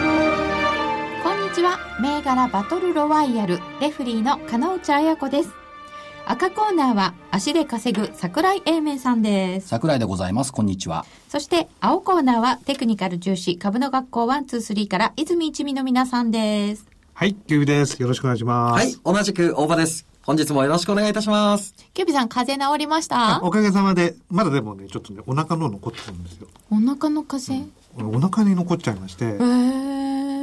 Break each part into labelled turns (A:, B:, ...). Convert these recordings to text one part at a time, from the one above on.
A: こんにちは銘柄バトルロワイヤルレフリーの金内彩子です赤コーナーは足で稼ぐ桜井英明さんです
B: 桜井でございます。こんにちは。
A: そして青コーナーはテクニカル重視株の学校123から泉一味の皆さんです
C: はい、キュウビです。よろしくお願いします。
D: はい、同じく大場です。本日もよろしくお願いいたします。
A: キュービさん風邪治りました
C: あおかげさまで、まだでもね、ちょっとね、お腹の残ってるんですよ。
A: お腹の風邪、
C: お腹に残っちゃいまして
A: え、ー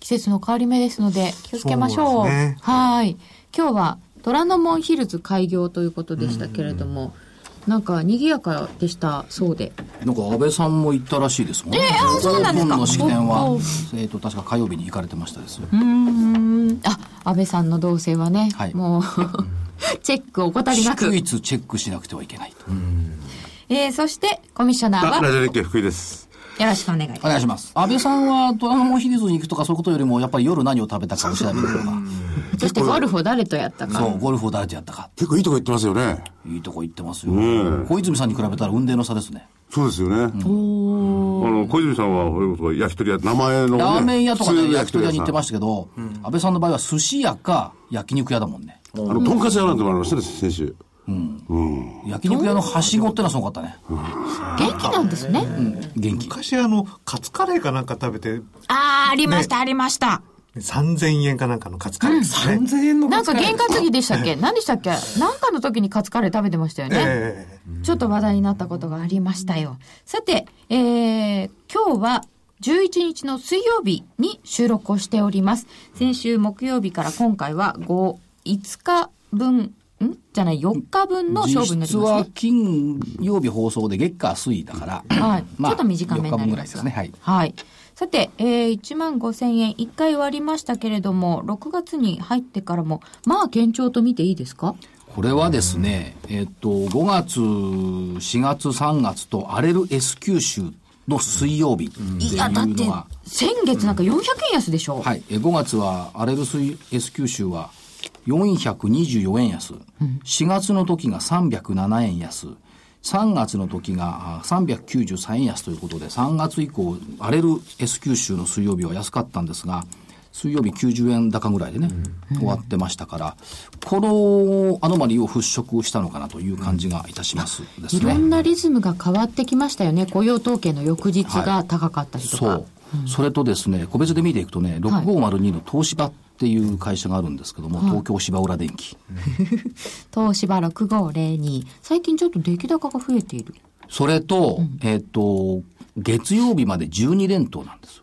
A: 季節の変わり目ですので気をつけましょう
C: そうですね
A: はい今日は虎ノ門ヒルズ開業ということでしたけれどもなんか賑やかでしたそうで
B: なんか安倍さんも行ったらしいですもんね。
A: えーあそうなんですか
B: 本の式典は
A: おお、
B: えっ、と、確か火曜日に行かれてましたですよ。
A: うーんあ安倍さんの動静はね、
B: はい
A: もうチェックを怠りなく
B: 唯、一チェックしなくてはいけないと。
A: えー、そしてコミッショナーは
E: あラ
A: よ
E: ジオ日経福井です。
A: ろしくお願いいた
B: お
A: します
B: 願いします。安倍さんは虎ノ門ヒルズに行くとかそういうことよりも、やっぱり夜何を食べたかを調べるのが、
A: そしてゴルフを誰とやったか
B: そう、ゴルフを誰とやったか。
E: 結構いいとこ行ってますよね。
B: いいとこ行ってますよ。
E: うん
B: 小泉さんに比べたら運命の差ですね。
E: そうですよね。あの、小泉さんは、それこそ焼き鳥屋、名前の、ね。
B: ラーメン屋とか
E: 普通
B: ね、
E: の
B: 焼き鳥屋に行ってま
E: し
B: したけど、安倍さんの場合は寿司屋か焼肉屋だもんね。
E: た。あの、とんかつ屋なんてもありましたね、先週。
B: 焼肉屋のはしごってのはすごかったね。
A: 元気なんですね、
B: 元気。
C: 昔あの、カツカレーかなんか食べて、
A: ああありました、ありました
C: 3000円かなんかのカツカレーですね。
D: 全然の
A: なんか喧嘩次でしたっけ何でしたっけなんかの時にカツカレー食べてましたよね、
C: え
A: ちょっと話題になったことがありましたよ。さて、えー、今日は11日の水曜日に収録をしております。先週木曜日から今回は5、5日分、んじゃない、4日分の勝負になり
B: 実
A: ま
B: は
A: すね。
B: 金曜日放送で月火水だから、
A: はい、ちょっと短
B: 4日
A: めにな
B: 分
A: り
B: ぐらい
A: ま
B: ですす
A: が
B: ね。はい。
A: はい。さて、えー、1万5000円1回割りましたけれども、6月に入ってからも、まあ、堅調と見ていいですか
B: これはですね、えっと、5月、4月、3月と荒れる S 九州の水曜日って
A: い
B: い
A: や、だっ
B: う
A: て
B: のは、、
A: 先月なんか400円安でしょ、
B: はい、え5月は荒れる水 S 九州は424円安、4月の時が307円安、3月の時があ393円安ということで、3月以降、荒れる S 九州の水曜日は安かったんですが、水曜日90円高ぐらいでね、終わってましたから、このアノマリーを払拭したのかなという感じがいたしますです
A: いろん
B: ね。
A: なリズムが変わってきましたよね。雇用統計の翌日
B: は
A: が高かったりとか。
B: そう。それとですね、個別で見ていくとね、6502の東芝っていう会社があるんですけども、東京芝浦電機。
A: 東芝6502。最近ちょっと出来高が増えている。
B: それと、えっ、と、月曜日まで12連投なんですよ。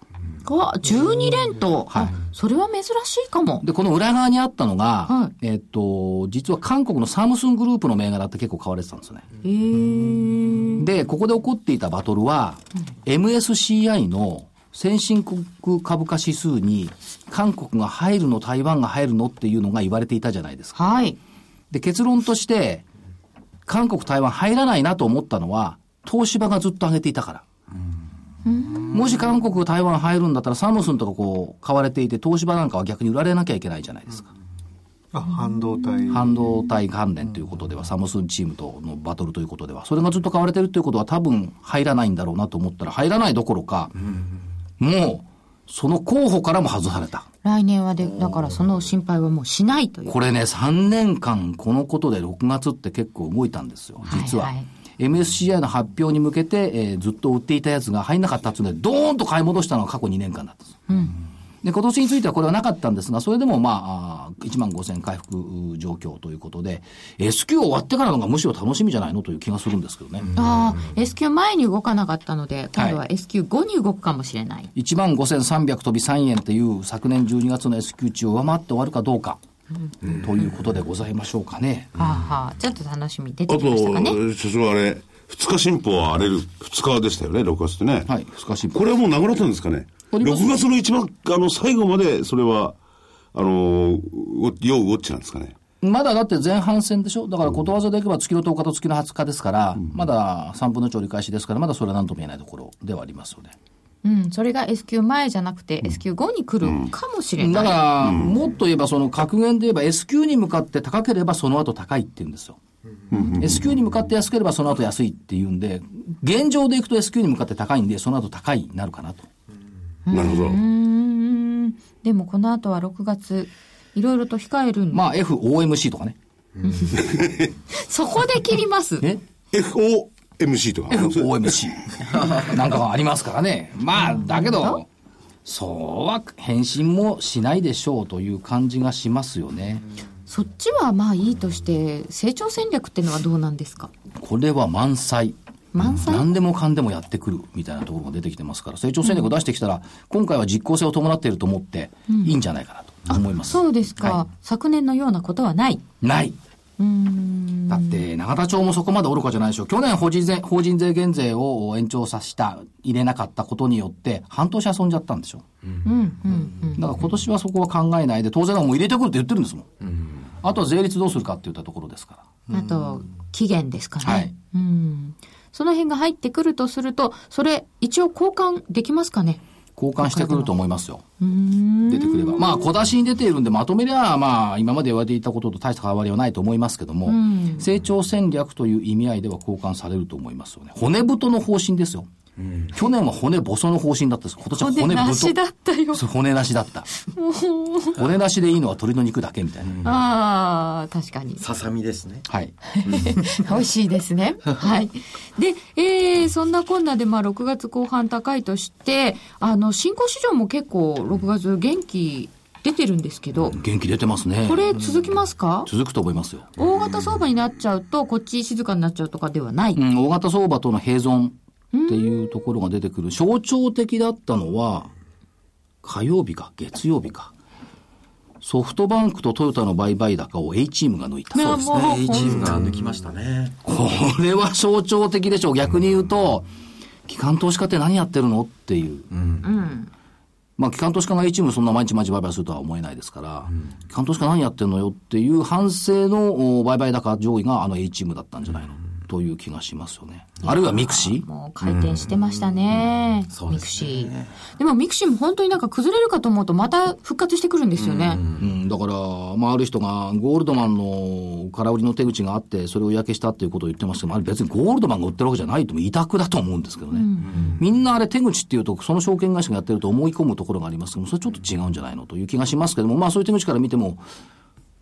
A: あ、12連投。あそれは珍しいかも。
B: で、この裏側にあったのが、
A: は
B: えっ、と、実は韓国のサムスングループの銘柄って結構買われてたんですよね。
A: へえ。
B: で、ここで起こっていたバトルは、MSCI の先進国株価指数に、韓国が入るの、台湾が入るのっていうのが言われていたじゃないですか。
A: はい。
B: で、結論として、韓国、台湾入らないなと思ったのは、東芝がずっと上げていたから。もし韓国、台湾入るんだったら、サムスンとかこう、買われていて、東芝なんかは逆に売られなきゃいけないじゃないですか。
C: あ、半導体。
B: 半導体関連ということでは、サムスンチームとのバトルということでは、それがずっと買われてるということは多分入らないんだろうなと思ったら、入らないどころか、もう、その候補からも外された。
A: 来年はで、だからその心配はもうしないという。
B: これね、3年間、このことで6月って結構動いたんですよ、実は。
A: はいはい
B: MSCI の発表に向けて、えーずっと売っていたやつが入んなかったっていうので、ドーンと買い戻したのが過去2年間だったんです。で、今年についてはこれはなかったんですが、それでもまああー、1万5000回復うー状況ということで、S q 終わってからの方がむしろ楽しみじゃないのという気がするんですけどね。
A: ああ、S q 前に動かなかったので、今度は
B: は
A: S q 後に動くかもしれない。
B: 1万5300飛び3円っていう昨年12月の S q 値を上回って終わるかどうか、ということでございましょうかね。
A: はあはあ、ちょっと楽しみ出
E: あ
A: て
E: と、
A: きましたかね。
E: 社長あれ、二日新報は荒れる、二日でしたよね、6月ってね。
B: はい、難しい。
E: これはもう流れたんですかね。
B: ります
E: 6月の一番、あの、最後まで、それは、あの、ウォ要ウォッチなんですかね。
B: まだだって前半戦でしょだからことわざでいけば月の10日と月の20日ですから、まだ3分の1折り返しですから、まだそれは何とも言えないところではありますよね。
A: うん、それが S q 前じゃなくて S q 後に来るかもしれ
B: だ
A: ない。
B: から、もっと言えば、その格言で言えば S q に向かって高ければその後高いって言うんですよ。S q に向かって安ければその後安いって言うんで、現状でいくと S q に向かって高いんで、その後高いになるかなと。
E: なるほど。
A: うーん、でもこの後は6月、いろいろと控えるんで、
B: まあ FOMC とかね。
A: そこで切ります。
B: え
E: FOMC とか。
B: FOMC なんかがありますからね。まあ、だけど、そうは返信もしないでしょうという感じがしますよね。
A: そっちはまあいいとして、成長戦略ってのはどうなんですか
B: これは満載。
A: 満載
B: 何でもかんでもやってくるみたいなところが出てきてますから、成長戦略を出してきたら、今回は実効性を伴っていると思って、いいんじゃないかなと思います。
A: そうですか、
B: は
A: 昨年のようなことはない。
B: いない。
A: うーん。
B: だって、永田町もそこまで愚かじゃないでしょう。去年法人税、法人税減税を延長させた、入れなかったことによって、半年遊んじゃったんでしょ。
A: うん、うん、
B: だから今年はそこは考えないで、当然もう入れてくるって言ってるんですもん。あとは税率どうするかって言ったところですから。
A: うん。あと、期限ですかね。
B: はい
A: うん。その辺が入ってくるとすると、それ、一応交換できますかね
B: 交換してくると思いますよ。出てくれば。まあ、小出しに出ているんで、まとめりゃ、まあ、今まで言われていたことと大した変わりはないと思いますけども、成長戦略という意味合いでは交換されると思いますよね。骨太の方針ですよ。去年は骨細の方針だったんです。今年は骨
A: 骨
B: 太。
A: なしだったよ
B: そう骨なしだった。骨なしでいいのは鶏の肉だけみたいな。
A: ああ、確かに。
D: ささみですね。
B: はい。
A: 美味しいですね。はい。で、えー、そんなこんなで、まあ、6月後半高いとして、あの、新興市場も結構、6月元気出てるんですけど、
B: 元気出てますね。
A: これ続きますか
B: 続くと思いますよ。
A: 大型相場になっちゃうと、こっち静かになっちゃうとかではない。
B: うん、大型相場との併存っていうところが出てくる。象徴的だったのは、火曜日か月曜日か。ソフトバンクとトヨタの売買高を A チームが抜いた。
A: まあもうほん
D: A チームが抜きましたね。
B: これは象徴的でしょう。逆に言うと、機関投資家って何やってるのっていう。まあ、機関投資家が A チームそんな毎日毎日売買するとは思えないですから、機関投資家何やってんのよっていう反省のお売買高上位があの A チームだったんじゃないのという気がしますよね。あるいはミクシー
A: もう回転してましたね。ミクシー。でもミクシーも本当になんか崩れるかと思うとまた復活してくるんですよね。
B: うん、だから、まあ、ある人がゴールドマンの空売りの手口があって、それを嫌気したっていうことを言ってますけども、あれ別にゴールドマンが売ってるわけじゃないとも委託だと思うんですけどね。みんなあれ手口っていうと、その証券会社がやってると思い込むところがありますけども、それちょっと違うんじゃないのという気がしますけども、まあそういう手口から見ても、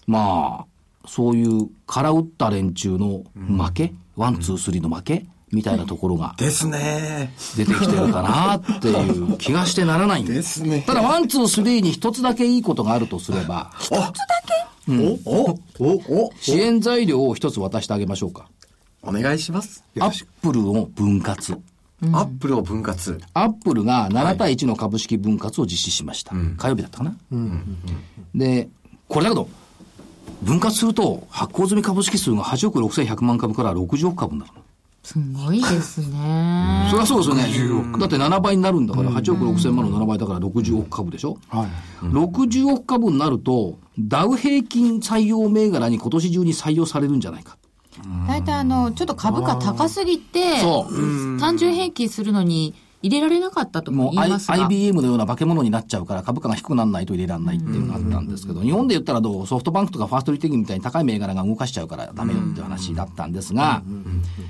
B: まあ、そういう空売った連中の負け、ワン、ツー、スリーの負けみたいなところが
D: ですね。
B: 出てきてるかなっていう気がしてならないんです
D: ね。
B: ただ、ワン、ツー、スリーに一つだけいいことがあるとすれば、
D: お、お、お、お、
B: 支援材料を一つ渡してあげましょうか。
D: お願いします。
B: アップルを分割。
D: アップルを分割。
B: アップルが7対1の株式分割を実施しました。火曜日だったかな、で、これだけど、分割すると発行済み株式数が8億6100万株から60億株になるの。
A: すごいですね。
B: そりゃそうですよね。だって7倍になるんだから、8億6000万の7倍だから60億株でしょ、?60 億株になると、ダウ平均採用銘柄に今年中に採用されるんじゃないか。
A: 大体あの、ちょっと株価高すぎて、
B: そう
A: 単純平均するのに入れられなかったとも
B: もう
A: 言
B: I
A: いますが。
B: IBM のような化け物になっちゃうから株価が低くならないと入れられないっていうのがあったんですけど、日本で言ったらどうソフトバンクとかファーストリテイリングみたいに高い銘柄が動かしちゃうからダメよって話だったんですが、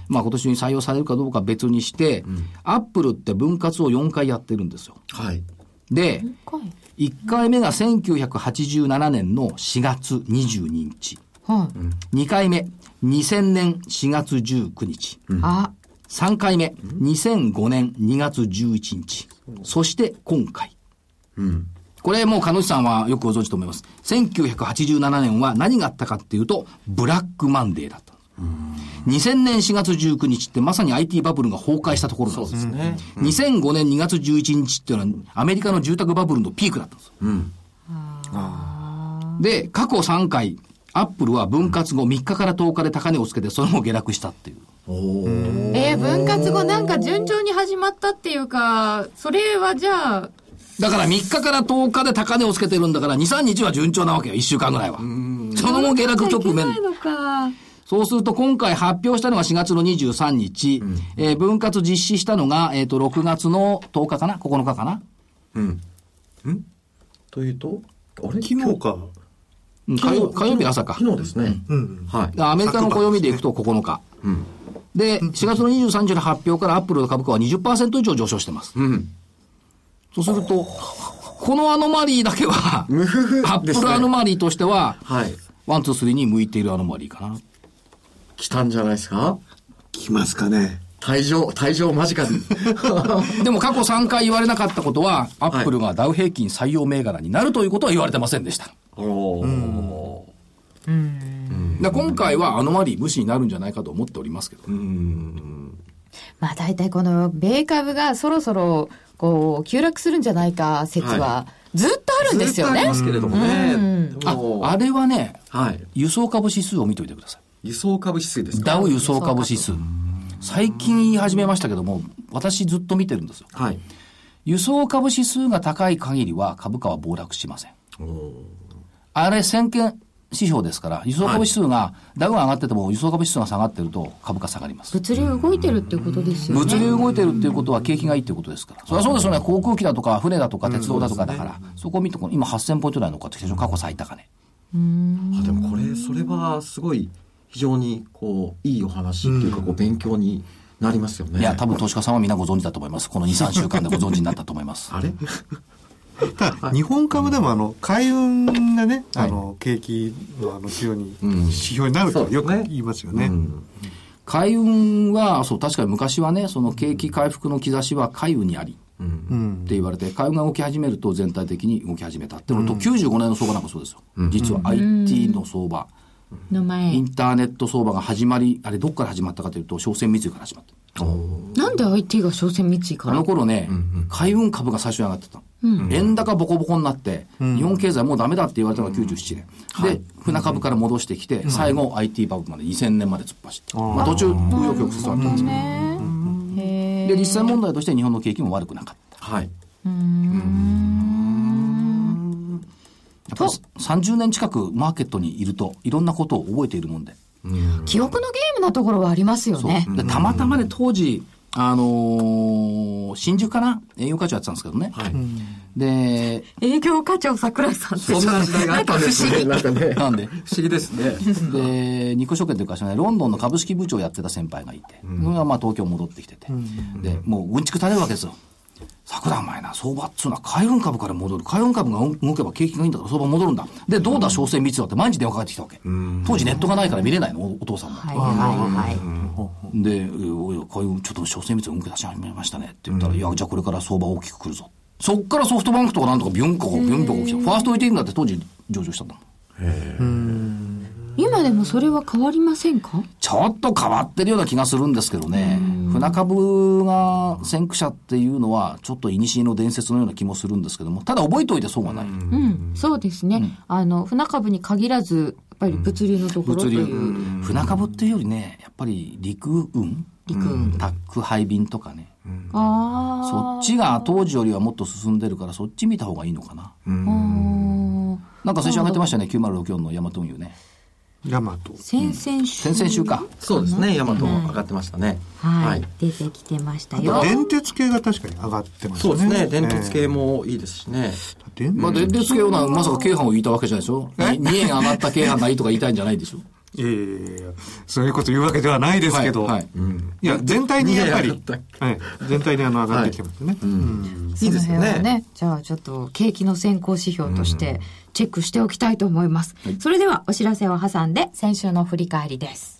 B: まあ今年に採用されるかどうかは別にして、アップルって分割を4回やってるんですよ。
D: はい。
B: で、
A: はい
B: 1回目が1987年の4月22日。
A: はい。
B: 2回目、2000年4月19日。
A: あ、
B: 3回目、2005年2月11日。そして今回。これもう、彼主さんはよくご存知と思います。1987年は何があったかっていうと、ブラックマンデーだった。2000年4月19日ってまさに IT バブルが崩壊したところなんです。
D: ね。
B: 2005年2月11日っていうのはアメリカの住宅バブルのピークだったんです。で、過去3回、アップルは分割後3日から10日で高値をつけて、それも下落したっていう。
A: えー、分割後なんか順調に始まったっていうか、それはじゃあ、
B: だから3日から10日で高値をつけてるんだから、2、3日は順調なわけよ、1週間ぐらいは。その後下落局面。
A: のか。
B: そうすると今回発表したのが4月の23日、えー分割実施したのが、えっ、と、6月の10日かな ?9 日かな
D: というと、あれ
C: 昨日か。
B: うん火曜火曜日朝か。
D: 昨日ですね。
C: うん。
D: はい。
B: アメリカの暦でいくと9日。で、4月の23日の発表からアップルの株価は20%以上上昇してます。
D: うん。
B: そうすると、このアノマリーだけは、
D: ムフフ
B: アップルアノマリーとしては、
D: はい。
B: ワン、ツー、スリーに向いているアノマリーかな。
D: 来たんじゃないですか
C: 来ますかね。
D: 退場、退場間近に。
B: でも過去3回言われなかったことは、アップルがダウ平均採用銘柄になるということは言われてませんでした。
D: おー。
B: で今回はアノマリー無視になるんじゃないかと思っておりますけど、
A: まあ大体この米株がそろそろこう急落するんじゃないか説はずっとあるんですよ
D: ずっとあり
A: ね
D: ま。すけれどもね。
B: あ
D: もう
B: あれはね
D: はい。
B: 輸送株指数を見ておいてくださ
D: 輸送株指数で
B: い
D: すか
B: ダウ輸送株指数最近言い始めましたけども私ずっと見てるんですよ
D: はい。
B: 輸送株指数が高い限りは株価は暴落しませんあれ先見指標ですから輸送株指数がダウが上がってても輸送株指数が下がってると株価下がります
A: 物流動いてるっていうことですよね。
B: 物流動いてるっていうことは景気がいいっていうことですから。それはそうですよね。航空機だとか、船だとか、鉄道だとかだから。そこを見てこの、今8000ポイント台に乗っかってきてるでしょ過去最高値。
D: あでもこれそれはすごい非常にこういいお話っていうかこう勉強になりますよね。
B: いや、多分投資家さんは皆ご存知だと思います。この2、3週間でご存知になったと思いま す。
D: あれ
C: ただ、日本株でもあの、海運がね、あの、景気のあの、指標に、指標になるとよく言いますよね。
B: 海運は、そう、確かに昔はね、その景気回復の兆しは海運にあり。って言われて、海運が動き始めると全体的に動き始めた。でも、95年の相場なんかそうですよ。実は IT の相場、
A: の
B: イ
A: 前
B: ンターネット相場が始まり、あれどっから始まったかというと、商船三井から始まった。
A: なんで IT が商船三井か
B: あの
A: ら
B: 頃ね、海運株が最初に上がってた。円高ボコボコになって、日本経済もうダメだって言われたのが97年。で、船株から戻してきて、最後 IT バブまで2000年まで突っ走って。まあ途中、紆余曲折あったんですけど。
A: ね。へ
B: で、実際問題として日本の景気も悪くなかった。
D: はい。
B: やっぱり30年近くマーケットにいると、いろんなことを覚えているもんで。
A: え記憶のゲームなところはありますよね。
B: でたまたまね、当時、あのー新宿かな営業課長やってたんですけどね。
D: はい。
B: で、
A: 営業課長桜井さん
D: そんな時代があったんですね。なんかね。
B: なんで
D: 不思議ですね。
B: で、日光証券という会社ね、ロンドンの株式部長をやってた先輩がいて、それがまあ東京戻ってきてて、で、もううんちく垂れるわけですよ。桜お前な、相場っつうのは海運株から戻る。海運株が動けば景気がいいんだから相場戻るんだ。で、どうだ、商船三井だって毎日電話かかってきたわけ。当時ネットがないから見れないの、おお父さんも。
A: はいはいはい。
B: で、おいおいこういうちょっと商船三井動き出し始めましたねって言ったら、いや、じゃあこれから相場大きく来るぞ。そっからソフトバンクとかなんとかビュンコ、ビュンビョン起きた。ファーストリテイリングだって当時上場したんだもん。
A: 今でもそれは変わりませんか
B: ちょっと変わってるような気がするんですけどね。船株が先駆者っていうのは、ちょっと古の伝説のような気もするんですけども、ただ覚えておいて損はない。
A: うん、そうですね。あの、船株に限らず、やっぱり物流のところと
B: 物
A: い
B: 流
A: う、。
B: 船株っていうよりね、やっぱり陸運、
A: 陸運。
B: 宅配便とかね、
A: あ
B: そ
A: あ。
B: っちが当時よりはもっと進んでるから、そっち見た方がいいのかな。
A: ああ。
B: なんか先週上げてましたね、9064のヤマト運輸ね。
C: ヤマト。
A: 先々週。
B: 先々週か。
D: そうですね。ヤマトも上がってましたね。
A: はい、。出てきてましたよ。
C: 電鉄系が確かに上がってます
D: そ
C: ね。
D: うですね。電鉄
C: え
D: 系もいいですしね。
C: え。電
B: まあ、で、ですけどな、まさか京阪を言いたわけじゃないでしょ ?2 円上がった京阪がいいとか言いたいんじゃないでしょ
C: いやいやいやいやそういうこと言うわけではないですけど、
B: はい
C: い
B: はい
C: や、全体にやっぱり、
D: いやいや
C: はい、全体にあの上がってきてますね。うん
D: いいです
A: その
D: よ
A: 辺は
D: ね。
A: ね。じゃあちょっと景気の先行指標としてチェックしておきたいと思います。それではお知らせを挟んで先週の振り返りです。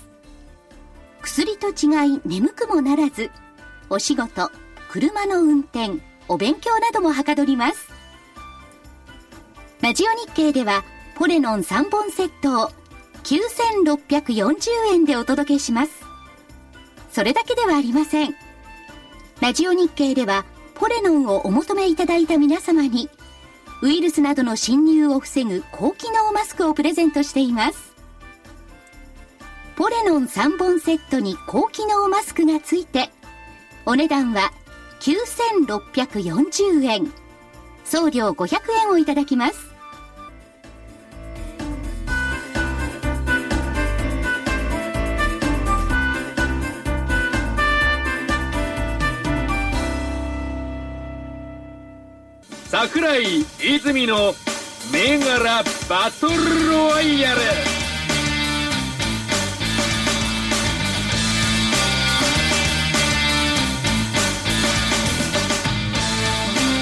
F: 薬と違い眠くもならずお仕事車の運転お勉強などもはかどりますラジオ日経ではポレノン3本セットを9640円でお届けしますそれだけではありませんラジオ日経ではポレノンをお求めいただいた皆様にウイルスなどの侵入を防ぐ高機能マスクをプレゼントしていますポレノン3本セットに高機能マスクがついてお値段は9640円送料500円をいただきます
G: 桜井泉の銘柄バトルロワイヤル
A: さ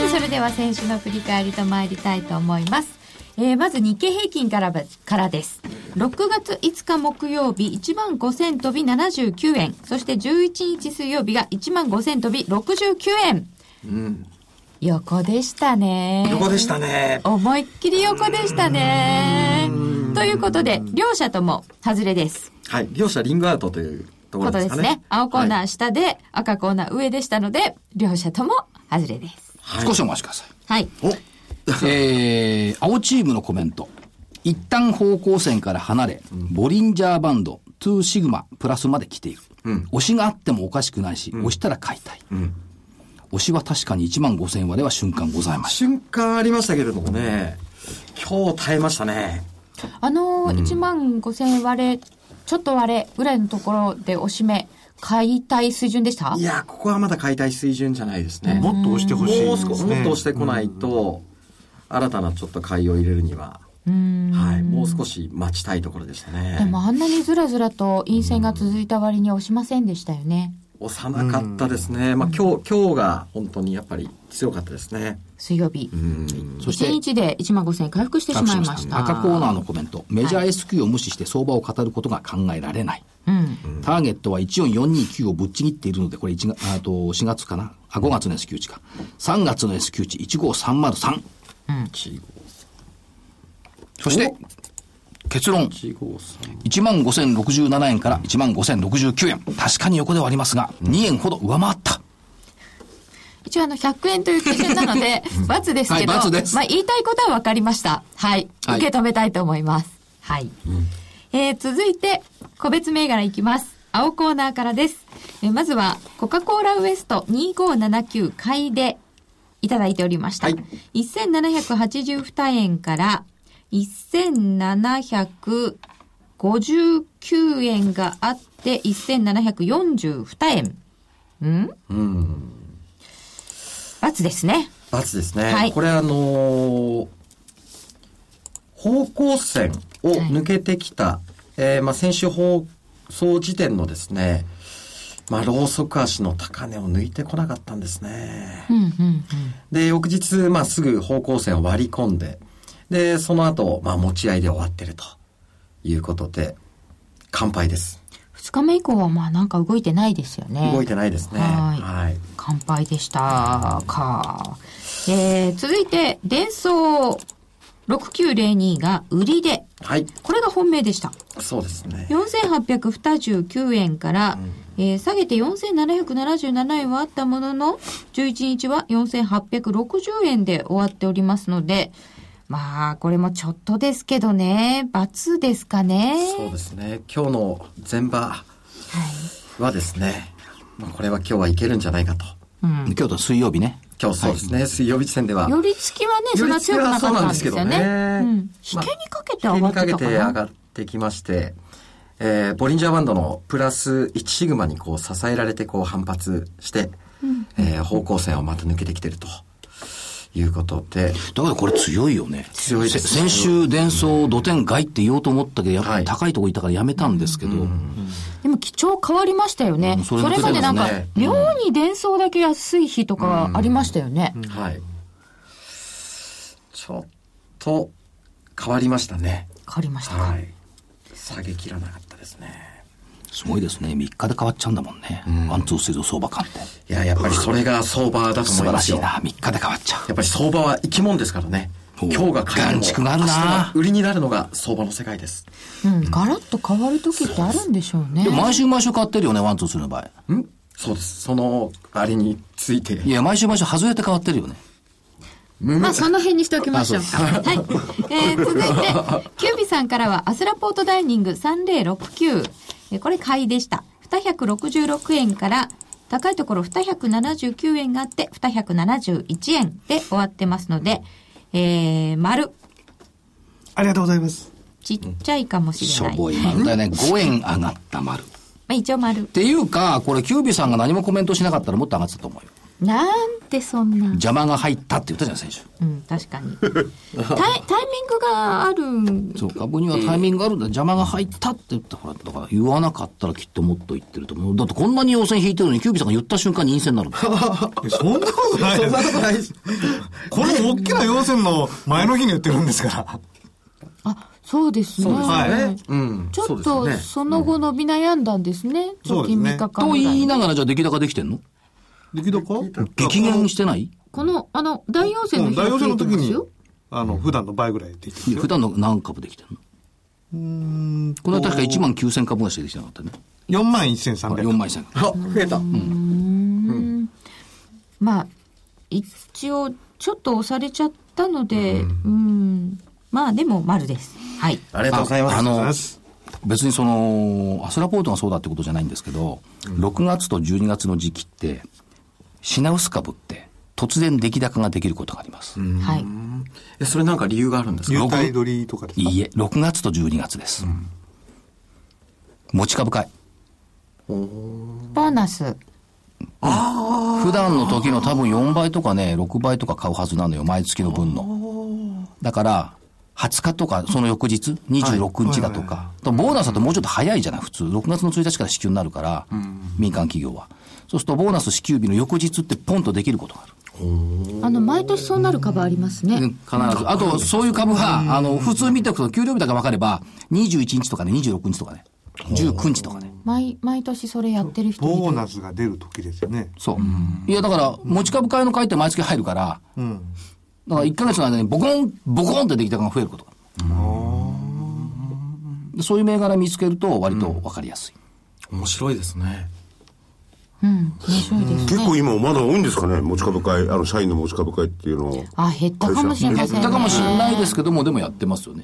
A: てそれでは先週の振り返りと参りたいと思います。えーまず日経平均からばからです。6月5日木曜日1万5000飛び79円。そして11日水曜日が1万5000飛び69円。横でしたね。
D: 横でしたね。
A: 思いっきり横でしたね。ということで、両者とも外れです。
D: はい。両者リングアウトというとこ
A: こ
D: ろ
A: と
D: です
A: で
D: か
A: す
D: ね。
A: ね。青コーナ
D: は
A: ー
D: い
A: 下で、赤コーナー上でしたので、両者とも外れです。
B: 少しお待ちください。
A: はい。
B: えー、青チームのコメント。一旦方向線から離れ、ボリンジャーバンド、トゥーシグマ、プラスまで来ている。押しがあってもおかしくないし、押したら買いたい。押しは確かに1万5000割れは瞬間ございました。
D: 瞬間ありましたけれどもね、今日耐えましたね。
A: あのー1万5千割れ、ちょっと割れぐらいのところでおしめ、買いたい水準でした
D: いや、ここはまだ解体水準じゃないですね。
C: もっと押してほ
D: もう
C: しいで
D: 少
C: す
D: し、
C: ね。
D: もっと押してこないと、新たなちょっと買いを入れるには、はい、もう少し待ちたいところでした
A: で
D: ね。
A: もあんなにずらずらと陰線が続いた割に押しませんでしたよね。
D: 押さなかったですね。まあ今日、今日が本当にやっぱり強かったですね。
A: 水曜日。
B: そして
A: 1、日で1万5千回復してしまいました。
B: 赤コーナーのコメント。メジャー S q を無視して相場を語ることが考えられない。
A: うん。
B: ターゲットは14429をぶっちぎっているので、これ1月、あと4月かな。あ、5月の S q 値か。3月の S q 値15303。
D: 1
B: そして、結論。
D: 5 3
B: 1万5067円から1万5069円。確かに横ではありますが、2円ほど上回った。
A: 一応あの100円という基準なので、×ですけど、
B: はい×です
A: まあ言いたいことは分かりました。はい。
B: はい
A: 受け止めたいと思います。はい。えー、続いて、個別銘柄いきます。青コーナーからです。えーまずは、コカ・コーラウエスト2579買いでいただいておりました。
D: はい
A: 1782円から1759円があって、1742円。うん罰ですね。
D: 罰ですね。
A: はい
D: これあのー方向線を抜けてきた、えーまあ先週放送時点のですね、まあ、ローソク足の高値を抜いてこなかったんですね。で、翌日、まあ、すぐ方向線を割り込んで、で、その後、まあ、持ち合いで終わってるということで、乾杯です。
A: 2日目以降はまあなんか動いてないですよね。
D: 動いてないですね。
A: はい
D: はい。
A: 乾杯でしたか。えー、続いて、伝送6902が売りで、
D: はい。
A: これが本命でした。
D: そうですね。
A: 4829円から、えー下げて4777円はあったものの、11日は4860円で終わっておりますので、まあ、これもちょっとですけどね、罰ですかね。
D: そうですね。今日の前場、
A: はい。
D: はですね、まあ、これは今日はいけるんじゃないかと。
B: 今日と水曜日ね。
D: 今日そうですね、水曜日時点では。
A: 寄り付きはね、そんな強くなかったんですよね。うん。引
D: まあ
A: けにかけて上がってたか
D: 引けにかけて上
A: な。
D: がってきまして、えー、ボリンジャーバンドのプラス1シグマにこう支えられてこう反発して、えー方向線をまた抜けてきてるということで、
B: だけどこれ強いよね。
D: 強いです
B: せ先週、伝送土天外って言おうと思ったけど、やっぱ
D: は
B: り
D: い
B: 高いとこいたからやめたんですけど、
A: でも基調変わりましたよね。
B: うんそ
A: そ
B: れ
A: れまでなんか
D: そうですね、
A: 妙に伝送だけ安い日とかありましたよね。
D: はい。ちょっと変わりましたね。
A: 変わりましたか、
D: はい。下げきらなかったですね。
B: すごいですね。3日で変わっちゃうんだもんね。ワンツースリー相場感って。
D: いや、やっぱりそれが相場だと
B: 素
D: 思
B: 晴
D: い
B: ら
D: ます
B: しい
D: よ。
B: な。3日で変わっちゃう。
D: やっぱり相場は生き物ですからね。
B: おう
D: 今日が買いのも
B: 眼蓄があるな
D: 明日が売りになるのが相場の世界です。
A: うん、ガラッと変わる時ってあるんでしょうね
B: でも毎週毎週買ってるよね、ワンツースリーの場合。
D: んそうです。その、あれについて
B: い。や、毎週毎週外れて変わってるよね。
A: まあ、その辺にしておきましょうか。はい。えー、続いて、キュービさんからは、アスラポートダイニング3069。えーこれ買いでした。266円から、高いところ279円があって、271円で終わってますので、えー、丸。
C: ありがとうございます。
A: ちっちゃいかもし
B: し
A: れ
B: ょ
A: ない。
B: ぼい
A: ま
B: 丸だよね。5円上がった丸。っ
A: あ、一応丸。
B: ていうか、これ、キュービーさんが何もコメントしなかったらもっと上がってたと思うよ。
A: なんてそんな。
B: 邪魔が入ったって言ったじゃん、選手。
A: うん、確かに。タイタイミングがある
B: そう、株にはタイミングがあるんだ。邪魔が入ったって言ったから、だから言わなかったらきっともっと言ってると思う。だってこんなに陽線引いてるのに、キュービーさんが言った瞬間に陰線 になるんだよ
C: いやそんなことないです。これ大きな要線の前の日に言ってるんですから。
A: あ、そうですね。
C: はい
D: うん。
A: ちょっ
D: そう
A: と
D: ですね
A: その後伸び悩んだんですね。
C: そ
A: 貯
C: うです
A: 金
C: ね
A: 3日間
B: と
A: ぐら
B: 言い
A: い。
B: ながら、じゃあ出来高できてんの
C: 出来高
B: 激減してない
A: この、あの、大陽線の
C: う
A: 日
C: ん大陽線の
A: 増え
C: 時
A: てます
C: に
A: よ。
C: あの、普段の倍ぐらいって言ってますよ
B: 普段の何株できてんの
C: うん
B: この間確か1万9000株がしてできてなかったね。
C: 4万1300。
B: 4万1000
D: あ、増えた。
A: まあ、一応、ちょっと押されちゃったので、うん、まあでも丸です。はい。
D: ありがとうございます。
B: ああの
C: ありがとうございます
B: 別にその、アスラポートがそうだってことじゃないんですけど、6月と12月の時期って、品薄株って、突然出来高ができることがあります。
A: はい。
D: え、それなんか理由があるんですか
C: 優待取りとかですか
B: いいえ、6月と12月です。持ち株会。
A: ボーナス。
B: 普段の時の多分4倍とかね、6倍とか買うはずなのよ、毎月の分の。だから、20日とか、その翌日、26日だとか、とボーナスだともうちょっと早いじゃない、普通。6月の1日から支給になるから、民間企業は。そうすると、ボーナス支給日の翌日ってポンとできることがある。
A: あの、毎年そうなる株ありますね。
B: 必ず。あと、そういう株は、あの、普通見ておくと、給料日だか分かれば、21日とかね、26日とかね、19日とかね。
A: 毎、毎年それやってる人いる
C: ボーナスが出る時ですよね。
B: そう。いや、だから、持ち株買いの会って毎月入るから、
C: うん。
B: だから1ヶ月の間にボコン、ボコンって出来高が増えることがでそういう銘柄見つけると割と分かりやすい。
D: 面白いですね。
A: うん。面白いです
H: 結
A: ね。
H: 構今まだ多いんですかね持ち株会あの社員の持ち株会っていうのは
A: あ、減ったかもしれませんね。
B: だかもしれないですけども、でもやってますよね。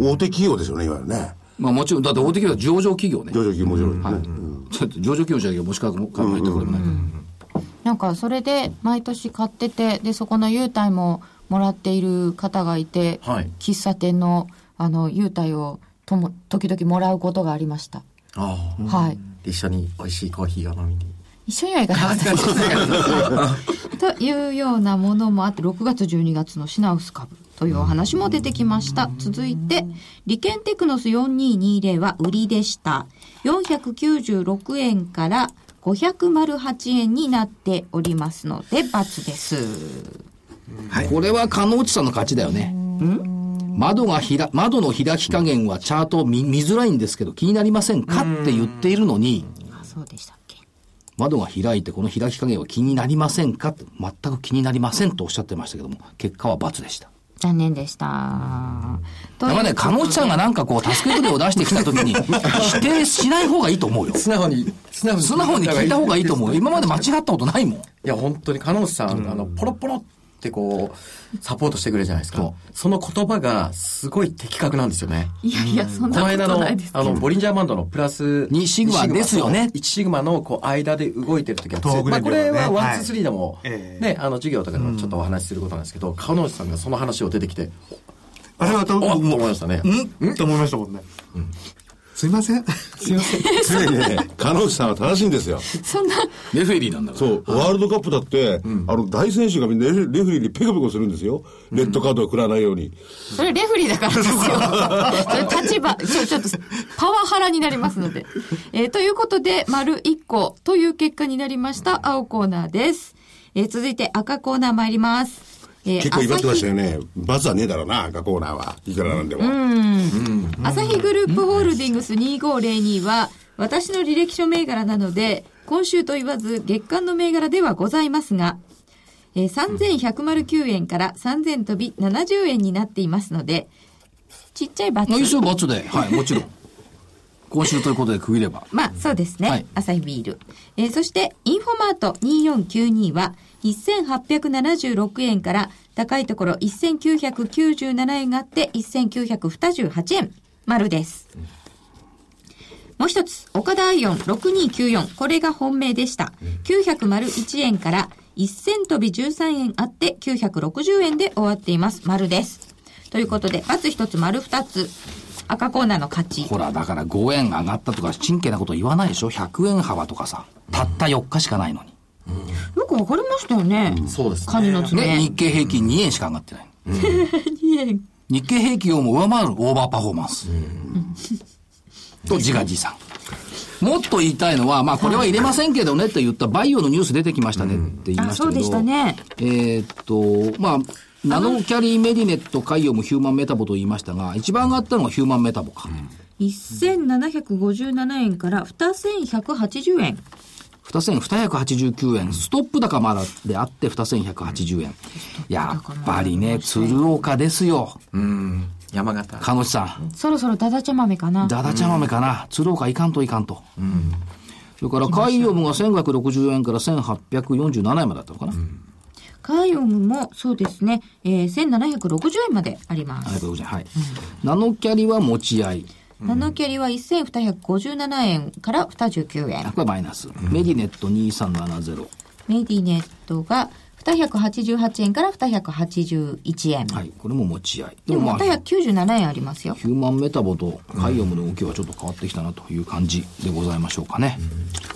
H: 大手企業ですよねいわゆるね
B: まあもちろん、だって大手企業は上場企業ね。
H: 上場企業もちろんね、
B: ちょっと上場企業じゃなきゃ持ち株買うところでもないから。
A: なんかそれで毎年買っててでそこの優待ももらっている方がいて、
D: はい
A: 喫茶店のあの優待をとも時々もらうことがありました、
D: ああ。
A: はい
D: 一緒に美味しいコーヒーを飲みに。
A: 一緒にはいかなかった ですというようなものもあって6月12月のシナウス株というお話も出てきました続いて利権テクノス4220は売りでした496円から508円になっておりますので×です
B: これは加納内さんの勝ちだよね。窓がひら、窓の開き加減はチャート見見づらいんですけど気になりませんかって言っているのに、
A: あそうでしたっけ
B: 窓が開いてこの開き加減は気になりませんかって全く気になりませんとおっしゃってましたけども結果は×でした
A: 残念でした。と
B: だ
A: いう
B: からね鹿野内さんがなんかこう助け舟を出してきた時 に否定しない方がいいと思うよ
D: 素直に、素直に。
B: 素直に聞いた方がいいと思うよ今まで間違ったことないもん
D: いや、本当に、カノさん、あの、ポロポロってこう、サポートしてくれるじゃないです
B: そ
D: か
B: う。
D: その言葉が、すごい的確なんですよね。
A: いやいや、 そん
D: こ
A: な
D: の
A: こ
D: 間
A: と
D: の、
A: ないです。
D: あの、ボリンジャーバンドのプラス
B: 二シグマですよね
D: 1シグマの、こう、間で動いてる時は、
C: 東北
D: ま
C: レディ
D: あ、こ
C: オのね
D: れ
C: は
D: はワ
C: い
D: ン、ツー、スリーでも、
C: ええ
D: ね、あの、授業とかでもちょっとお話しすることなんですけど、カノさんがその話を出てきて、
C: あれは多
D: おっと
C: 分、
D: 思
C: も、
D: いうましたね。
C: んと思いましたもんね。すいません。すいません。
H: 常にね鹿野内さんは正しいんですよ
A: そんな、
B: レフェリーなんだか
H: そう、ワールドカップだって、あの、大選手がみんなレフレフェリーにペコペコするんですよ。レッドカードを食らわないように。
A: それレフリーだからです よ。それ立場、ちょ、ちょっと、パワハラになりますので。えーということで、丸1個という結果になりました青コーナーです。えー続いて赤コーナー参ります。え
H: 結構威張ってましたよ
A: ね。
H: ね。バズはねえだろうな、赤コーナーは。いくらなんでも。
A: 朝日グループホールディングス2502は、私の履歴書銘柄なので、今週と言わず月間の銘柄ではございますが、えー、3109円から3000飛び70円になっていますので、ちっちゃいバツ
B: まあ、。一緒バツで、はい、もちろん。今週ということで区切れば。
A: まあ、そうですね。
B: はい
A: 朝日ビール。えーそして、インフォマート2492は、1876円から、高いところ1997円があって、1928円、丸です。もう一つ、岡田アイオン6294。これが本命でした。901円から、1000飛び13円あって、960円で終わっています。丸です。ということで、バツ一つ、丸二つ。赤コーナーの勝ち。
B: ほら、だから5円上がったとか、真剣なこと言わないでしょ ?100 円幅とかさ。たった4日しかないのに。
A: よくわかりましたよね。
D: そうですね
A: カニの爪。
B: で、日経平均2円しか上がってない。日経平均をも上回るオーバーパフォーマンス。と自画自賛。もっと言いたいのは、まあこれは入れませんけどねって言ったバイオのニュース出てきましたねって言いま
A: あ、
B: した
A: そ
B: けど。
A: うでしたね。
B: えーっと、まあ、ナノキャリーメディネット海洋もヒューマンメタボと言いましたが、一番上がったのはヒューマンメタボか。
A: 1757円から2180円。
B: 2289円、ストップ高まだであって2180円。やっぱりね、鶴岡ですよ。
D: うん。山形。
B: 鹿野さん。
A: そろそろダダ茶豆かな。
B: だだ茶豆かな。鶴岡いかんといかんと。それから、海洋部が1560円から1847円までだったのかな。
A: カーヨムもそうですね、えー、1760円までありま
B: ありが
A: す
B: と。うございます。はい。ナノキャリは持ち合い。
A: ナノキャリは1257円から29円。
B: これはマイナス。メディネット2370。
A: メディネットが288円から281円。
B: はい。これも持ち合い。
A: でも
B: まあ
A: 297円ありますよ。
B: ヒューマンメタボとカイオムの動きはちょっと変わってきたなという感じでございましょうかね。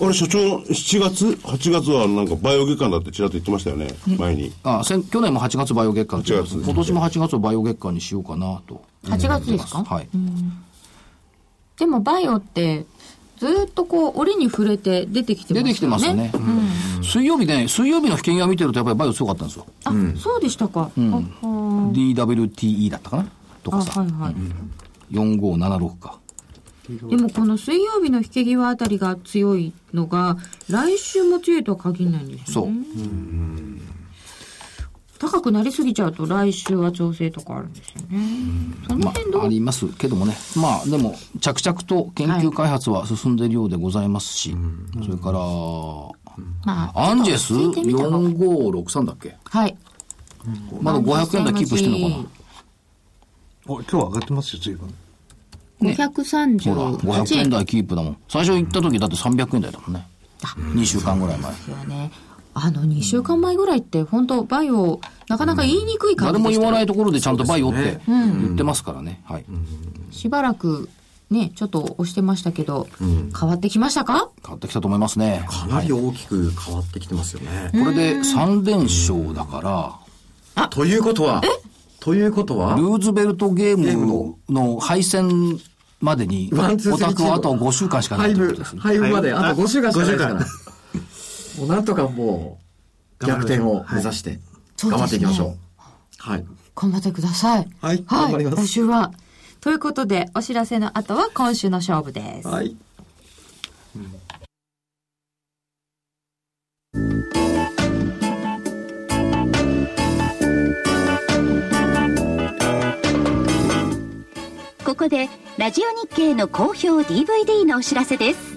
H: あれ、所長、7月、8月はなんかバイオ月間だってちらっと言ってましたよね。前に。
B: あ先去年も8月バイオ月間ということ
H: 8月
B: で
H: です
B: 今年も8月をバイオ月間にしようかなと
A: 8月ですか
B: はい、
A: でもバイオって、ずーっとこう、折に触れて出てきて
B: 出
A: ますよね。
B: てきてますよね。、水曜日ね水曜日の引け際見てるとやっぱりバイオ強かったんですよ、
A: あ、そうでしたか。あはー
B: DWTE だったかなと
A: あ
B: かさ、
A: はいはい。
B: 4576か
A: でもこの水曜日の引け際あたりが強いのが来週も強いとは限らないんです
B: そ
A: よ
B: う、
A: ね高くなりすぎちゃうと来週は調整とかあるんですよねその
B: ま
A: 辺ど
B: あ、
A: う、
B: ありますけどもね、まあでも、着々と研究開発は進んでいるようでございますし、それから、
A: まあ
B: アンジェス
A: ちょっと聞いてみた方が
B: 4563だっけ、
A: はい
B: まだ500円台キープしてるのかな。
C: お今日は上がってますよ、随分。
B: ねほら、
A: 538
B: 500
A: 円
B: 円
A: だ
B: 台キープだもん。最初行った時だって300円台だもんね。2週間ぐらい前。
A: よねあの2週間前ぐらいって本当バイオなかなか言いにくい感
B: 誰
A: じ
B: も
A: でし
B: 言
A: た
B: わ
A: よ
B: ないところでちゃんとバイオって言ってますからね。はい。
A: しばらくねちょっと押してましたけど、変わってきましたか
B: 変わってきたと思いますね。
D: かなり大きく変わってきてますよね。
B: これで3連勝だか
D: ということは、ということ
B: ら、
D: は
B: ル、ーズベルトゲー
D: ゲー
B: ム
D: ムの
B: の敗戦までに、
D: ワンツー
B: オ
D: スリー
B: タクはあと5週間しかないってことですね。
D: 配布まであと5週間しかないですから。
C: 5
D: もうなんとかもう、逆転を目指して、
A: そうですね
D: 頑張っていきましょう。はい。
A: 頑張ってください。
C: はい頑張ります
A: 来週は。ということで、お知らせの後は今週の勝負です。
C: はい。
F: ここでラジオ日経の好評 DVD のお知らせです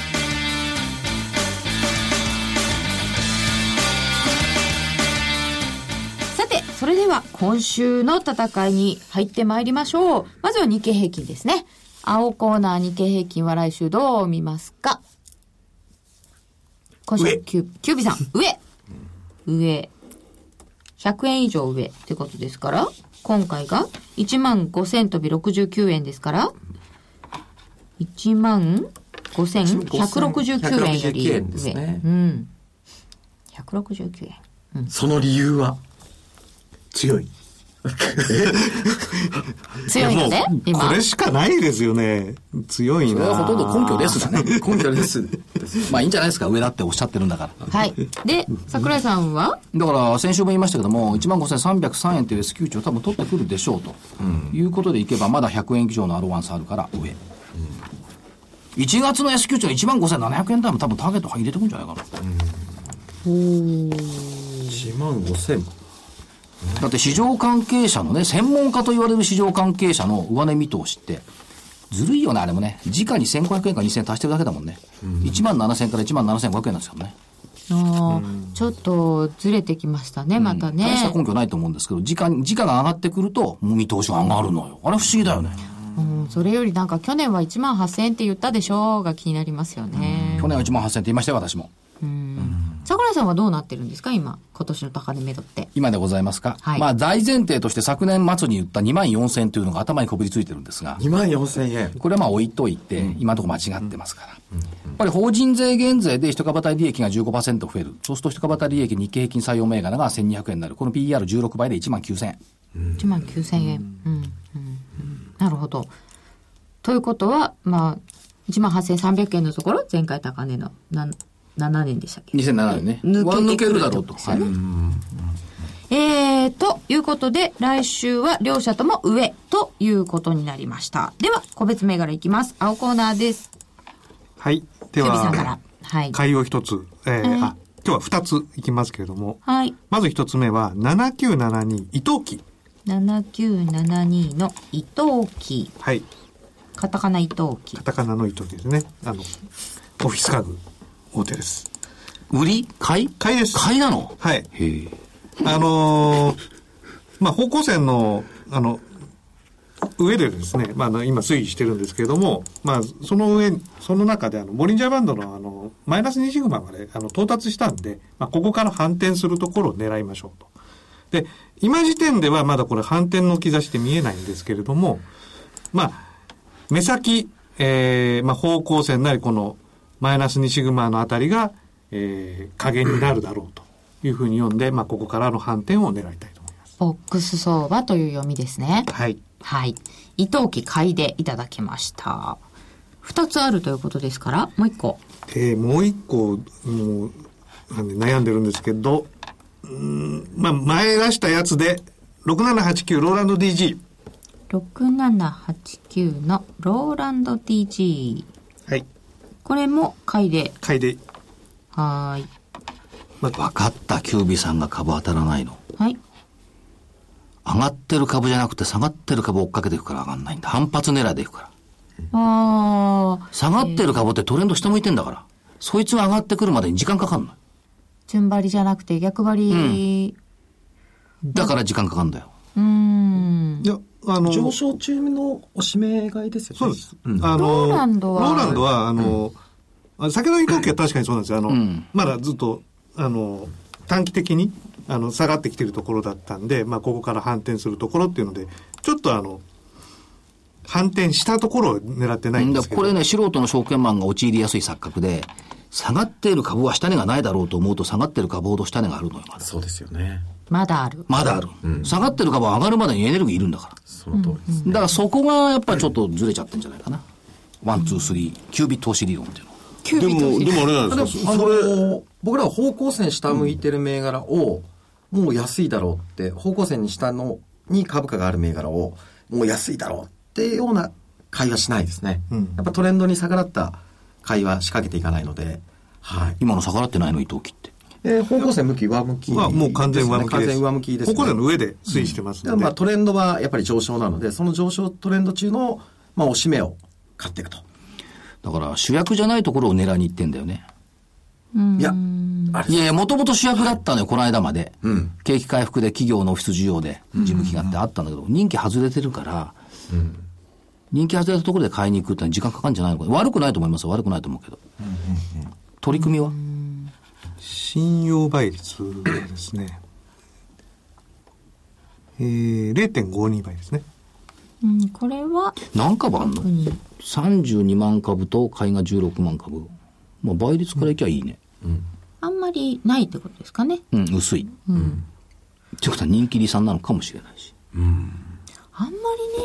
A: さて、それでは今週の戦いに入ってまいりましょう。まずは日経平均ですね。青コーナー日経平均は来週どう見ますか今週、キュキュービさん、上上。100円以上上ってことですから、今回が1万5000飛び69円ですから、1万5169円より上。
D: 169円ですね
A: うん。169円。
D: その理由は
C: 強い。
A: 強いので、今。
C: これしかないですよね。強い
B: それ
C: な。
B: はほとんど根拠ですがね。
D: 根拠です。
B: まあいいんじゃないですか、上だっておっしゃってるんだから。
A: はい。で、桜井さんは
B: だから先週も言いましたけども、1万5303円という S q 値を多分取ってくるでしょうと、いうことでいけば、まだ100円以上のアロワンスあるから上。1月の S q 値の1万5700円台も多分ターゲット入れてくんじゃないかな。
D: 1万5千。
B: だって市場関係者のね、専門家と言われる市場関係者の上値見通しって、ずるいよね、あれもね。時価に1500円か2000円足してるだけだもんね。1万7000から1万7500円なんですよね。
A: あーちょっとずれてきましたね、またね。
B: 大した根拠ないと思うんですけど、時価に、時価が上がってくると、もう見通しが上がるのよ。あれ不思議だよね。
A: うん、それよりなんか去年は1万8000円って言ったでしょうが気になりますよね。
B: 去年は1万8000って言いましたよ、私も。
A: 桜井さんはどうなってるんですか、今。今年の高値目処って。
B: 今でございますか。
A: はい
B: まあ、大前提として昨年末に言った2万4000というのが頭にこびりついてるんですが、
D: 2万4千円。
B: これはまあ置いといて、今のところ間違ってますから。やっぱり法人税減税で一株当たり利益が15%増える。そうすると一株当たり利益日経平均採用銘柄が1200円になる。この PR16 倍で1万9000円。
A: 1万9000円。うん、うん、うん。なるほど。ということは、まあ、1万8300円のところ、前回高値のな7年でしたっけ
B: 2007年ね。上抜けるだろうと。はい
A: えー、ということで、来週は両者とも上ということになりました。では、個別銘柄いきます。青コーナーです。
C: はい。
A: キ
C: で
A: ュービさんか
C: は
A: ら、。はい。
C: 買いを一つ。えーあ、今日は二ついきますけれども。
A: はい。
C: まず一つ目は、7972、伊藤記。
A: 7972の伊藤記。
C: はい。
A: カタカナ伊藤記
C: カ。タカナの伊藤記ですね。あの、オフィス家具、大手です。
B: 売り買い
C: 買いです。
B: 買いなの
C: はい。
B: へえ。
C: あのーまあ、方向線の、あの、上でですね、まああの、今推移してるんですけれども、まあ、その上、その中で、あの、ボリンジャーバンドの、あの、マイナス2シグマまで、あの、到達したんで、まあ、ここから反転するところを狙いましょうと。で、今時点ではまだこれ反転の兆しって見えないんですけれども、まあ、目先、えーまあ、方向線なりこのマイナス2シグマのあたりが、えー、加減になるだろうというふうに読んで、まあ、ここからの反転を狙いたいと思います。
A: ボックス相場という読みですね。
C: はい。
A: はい。伊藤記買いでいただきました。二つあるということですから、もう一個。
C: えーもう一個、もう、なんで悩んでるんですけど、うーんまあ、前出したやつで、6789ローランド DG。
A: 6789のローランド TG。
C: はい。
A: これも買いで。
C: 買いで。
A: はーい。
B: 分かった、キュービーさんが株当たらないの。
A: はい。
B: 上がってる株じゃなくて下がってる株追っかけていくから上がんないんだ。反発狙いでいくから。
A: ああ、
B: 下がってる株ってトレンド下向いてんだから。そいつが上がってくるまでに時間かかんのよ。
A: 順張りじゃなくて逆張り。
B: だから時間かかんだよ。
A: うーん。
C: いや、あの、
D: 上昇中のおしめ買いですよね。
C: そうです。
D: ん
C: あの
A: ローランドは
C: ローランドは、あの、あ先ほどの伊藤家は確かにそうなんですよ。あの、
B: ん
C: まだずっと、あの、短期的に、あの、下がってきてるところだったんで、まあ、ここから反転するところっていうので、ちょっとあの、反転したところを狙ってないんで
B: だ
C: す
B: か
C: け
B: ら
C: ど。
B: これね、素人の証券マンが陥りやすい錯覚で、下がっている株は下値がないだろうと思うと、下がっている株ほど下値があるのよ、まだ。
D: そうですよね。
A: まだある。
B: まだある。下がってる株は上がるまでにエネルギーいるんだから。
D: その通りです。
B: だからそこがやっぱりちょっとずれちゃってんじゃないかな。ワン、ツー、スリー、キュービット投資理論っていうの。
A: キュー
H: で
A: ビッ
H: も、
A: ト
H: でもあれなんですか、
D: あ
H: そ
D: の
H: それ、
D: 僕らは方向線下向いてる銘柄を、もう安いだろうって、方向線に下の、に株価がある銘柄を、もう安いだろうってような会話しないですね。
C: うん
D: やっぱトレンドに逆らった会話仕掛けていかないので、はい。
B: 今の逆らってないの、伊藤木って。
D: えー方向線向き上向き、
C: はもう完全上向きです。
D: 完全上向きです、
C: ここでの上で推移してます
D: だ
C: の
D: から
C: で。
D: まあトレンドはやっぱり上昇なので、その上昇トレンド中の、ままあ、おしめを買っていくと。
B: だから主役じゃないところを狙いに行ってんだよね。
D: いや、あ
B: い
D: れ、
B: やいや、もともと主役だったのよ、この間まで。
D: ん
B: 景気回復で企業のオフィス需要で、事務機関ってあったんだけど、人気外れてるから、人気外れたところで買いに行くってのは時間かかるんじゃないのかな。悪くないと思いますよ、悪くないと思うけど。取り組みは
C: 信用倍率がですね、えー、0.52倍ですね。
A: うん、これは、
B: 何株あんの
A: に
B: ?32 万株と買いが16万株。まあ、倍率からいきゃいいね。
A: あんまりないってことですかね。
B: うん、薄い。ってことは人気離散なのかもしれないし。
A: あんま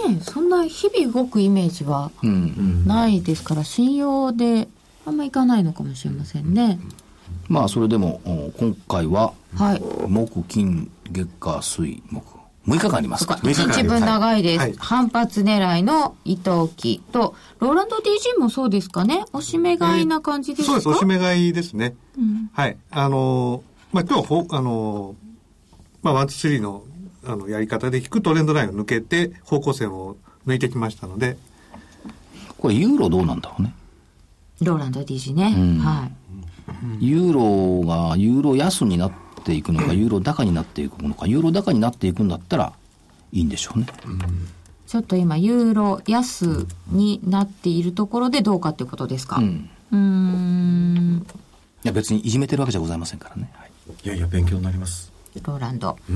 A: りね、そんな日々動くイメージは
B: うん。
A: ないですから、信用であんまいかないのかもしれませんね。
B: まあ、それでも、お今回は、
A: はい。
B: 木、金、月、火、水、木。6日間あります
A: そっか
B: か。
D: 六日間
A: 一日分長いです、
C: はい
A: 反発狙いの伊藤木と、ローランド DG もそうですかね。おしめ買いな感じですか、
C: そうです、おしめ買いですね。はい。あのー、まあ、今日ほ、あのー、まあ、ワン、ツー、スリーの、あの、やり方で引くトレンドラインを抜けて、方向線を抜いてきましたので、
B: これ、ユーロどうなんだろうね。
A: ローランド DG ね。
B: ん
A: はい。
B: ユーロが、ユーロ安になっていくのか、ユーロ高になっていくのか、ユーロ高になっていくんだったら、いいんでしょうね。
A: ちょっと今、ユーロ安になっているところでどうかっていうことですか。
B: う。
A: うんーん。
B: いや、別にいじめてるわけじゃございませんからね。はい
D: いやいや、勉強になります。
A: ローランド、え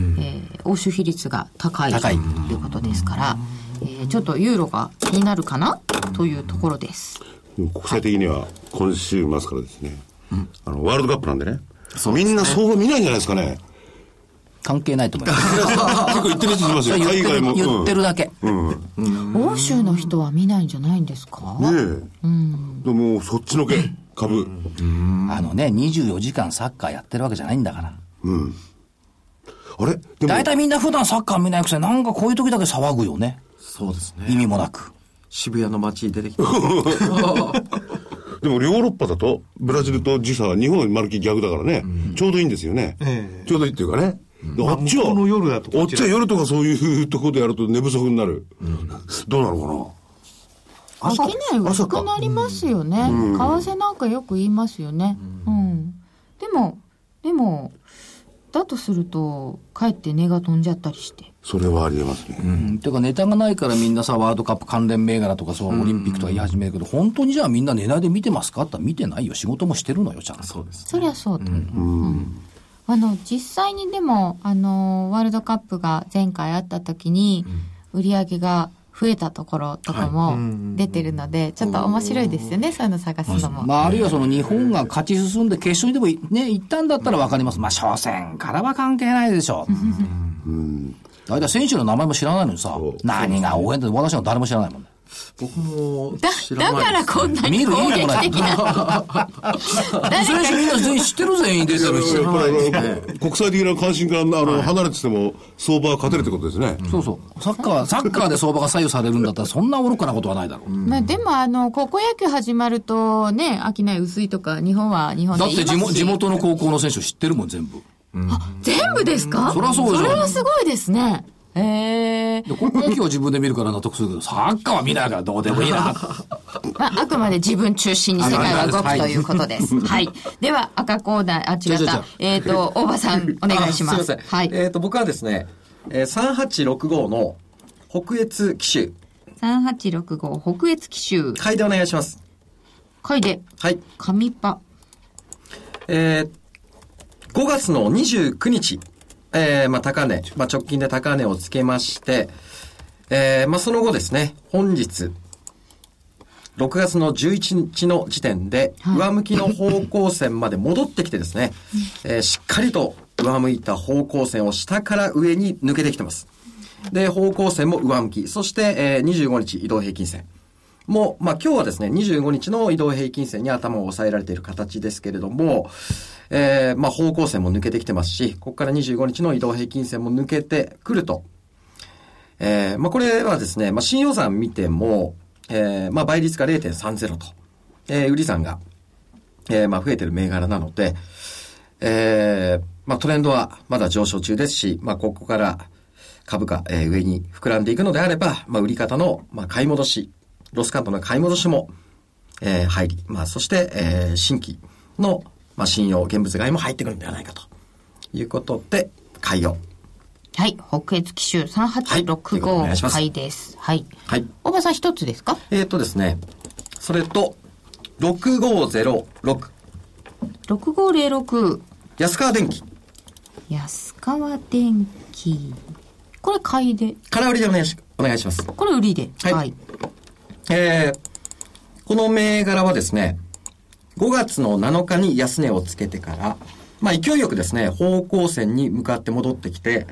A: ー欧州比率が高い
B: 高い
A: ということですから、えーちょっとユーロが気になるかなというところです。
E: 国際的には今週末からですね、あのワールドカップなんでね
D: そうで
E: み
D: すね
E: んな相場見ないんじゃないですかね
B: 関係ないと思います。
E: 結構言ってる人いますよ
B: 言って
E: 海外も
B: る 言ってるだけ。
E: うん、うん
A: 欧州の人は見ないんじゃないんですか、
E: ねえ、でもそっちのけ株
B: あのね、24時間サッカーやってるわけじゃないんだから。
E: うんあれでも
B: 大体みんな普段サッカー見ないくせになんかこういう時だけ騒ぐよね。
D: そうです
B: 意
D: ね。
B: 味もなく。
D: 渋谷の街に出てきて、
E: でもヨーロッパだとブラジルと時差は日本はまるっきり逆だからね、ちょうどいいんですよね、
C: ええ
E: ちょうどいいっていうかね、であっちは、
C: まあ向こうの夜だと
E: あ
C: こ
E: っ
C: ち
E: ち
C: ら
E: は夜とかそういうところでやると寝不足になる、どうなの
A: 飽
E: かな
A: きない
E: 朝
A: 薄
E: か
A: くなりますよね。為替なんかよく言いますよね。うん。でも、でも、だとすると、かえって値が飛んじゃったりして。
E: それはありえますね、
B: うんていうかネタがないからみんなさ、ワールドカップ関連銘柄とかそう、オリンピックとか言い始めるけど、本当にじゃあみんな値段で見てますかって言ったら見てないよ。仕事もしてるのよ、ちゃんと。
D: そうです。
A: そりゃそうだ、うんあの実際にでもあのワールドカップが前回あった時に売り上げが増えたところとかも出てるので、ちょっと面白いですよね、そういうの探すのも、
B: まあ、あるいはその日本が勝ち進んで決勝にでもいね、行ったんだったら分かります。まあ、初戦からは関係ないでしょう。大体選手の名前も知らないのにさ、何が応援って私は誰も知らないもんね。
D: 僕も知
A: だか
D: らないで
A: ら
D: す、ね。
A: こんな
B: 見
A: に
B: る意
A: 攻
B: 味
A: 撃
B: もない
A: 的な誰
B: 選手みんな全員知ってる全員出てるし。
E: やっぱりあの国際的な関心からあの離れてても相場は勝てるってことですね、
B: そうそう。サッカー、サッカーで相場が左右されるんだったら、そんな愚かなことはないだろう。
A: まあでもあの高校野球始まるとね商い薄いとか日本は日本で
B: だっ
A: 言い
B: て
A: ます
B: 地
A: し
B: 元地元の高校の選手知ってるもん、全部。
A: 全部ですか
B: そりゃそうでしょ
A: それはすごいですねええ
B: で、高校野球は自分で見るから納得するけど、サッカーは見ないからどうでもいい な。
A: まあ、あくまで自分中心に世界は動くということです。はい。では、赤コーナー、あ、違
D: 違う違う
A: っ
D: 違
A: た
D: う。
A: えっ、と、大場さん、お願いしま
D: あ
A: す。
D: すいません。
A: はい。
D: えっ、と、僕はですね、えー、3865の北越機種、
A: 3865、北越奇襲、
D: 買いでお願いします。
A: 海で、
D: はい。
A: 紙パ。
D: えー、5月の29日、えー、まあ、高値、まあ、直近で高値をつけまして、えー、まあ、その後ですね、本日、6月の11日の時点で、
A: はい
D: 上向きの方向線まで戻ってきてですね、えーしっかりと上向いた方向線を下から上に抜けてきてます。で、方向線も上向き、そして、えー25日移動平均線。もう、まあ今日はですね、25日の移動平均線に頭を抑えられている形ですけれども、えーまあ方向線も抜けてきてますし、ここから25日の移動平均線も抜けてくると。えーまあこれはですね、まあ新予算見ても、えーまあ倍率が0.30と、えー売り算が、えーまあ増えてる銘柄なので、えーまあトレンドはまだ上昇中ですし、まあここから株価、えー上に膨らんでいくのであれば、まあ売り方の、まあ買い戻し、ロスカントの買い戻しも、えー入り、まあ、そして、えー新規の、まあ、信用、現物買いも入ってくるんではないかということで、買いを。
A: はい。北越機種
D: はいお願いし
A: 3865
D: ます
A: 回です。はい。
D: はい。
A: 大場さん一つですか
D: えっ、とですね、それと、6506、
A: ?6506
D: 安川電機、
A: 安川電機。これ買いで。
D: 空売りでお願いしお願いします。
A: これ売りで。
D: はいえーこの銘柄はですね、5月の7日に安値をつけてから、まあ勢いよくですね、方向線に向かって戻ってきて、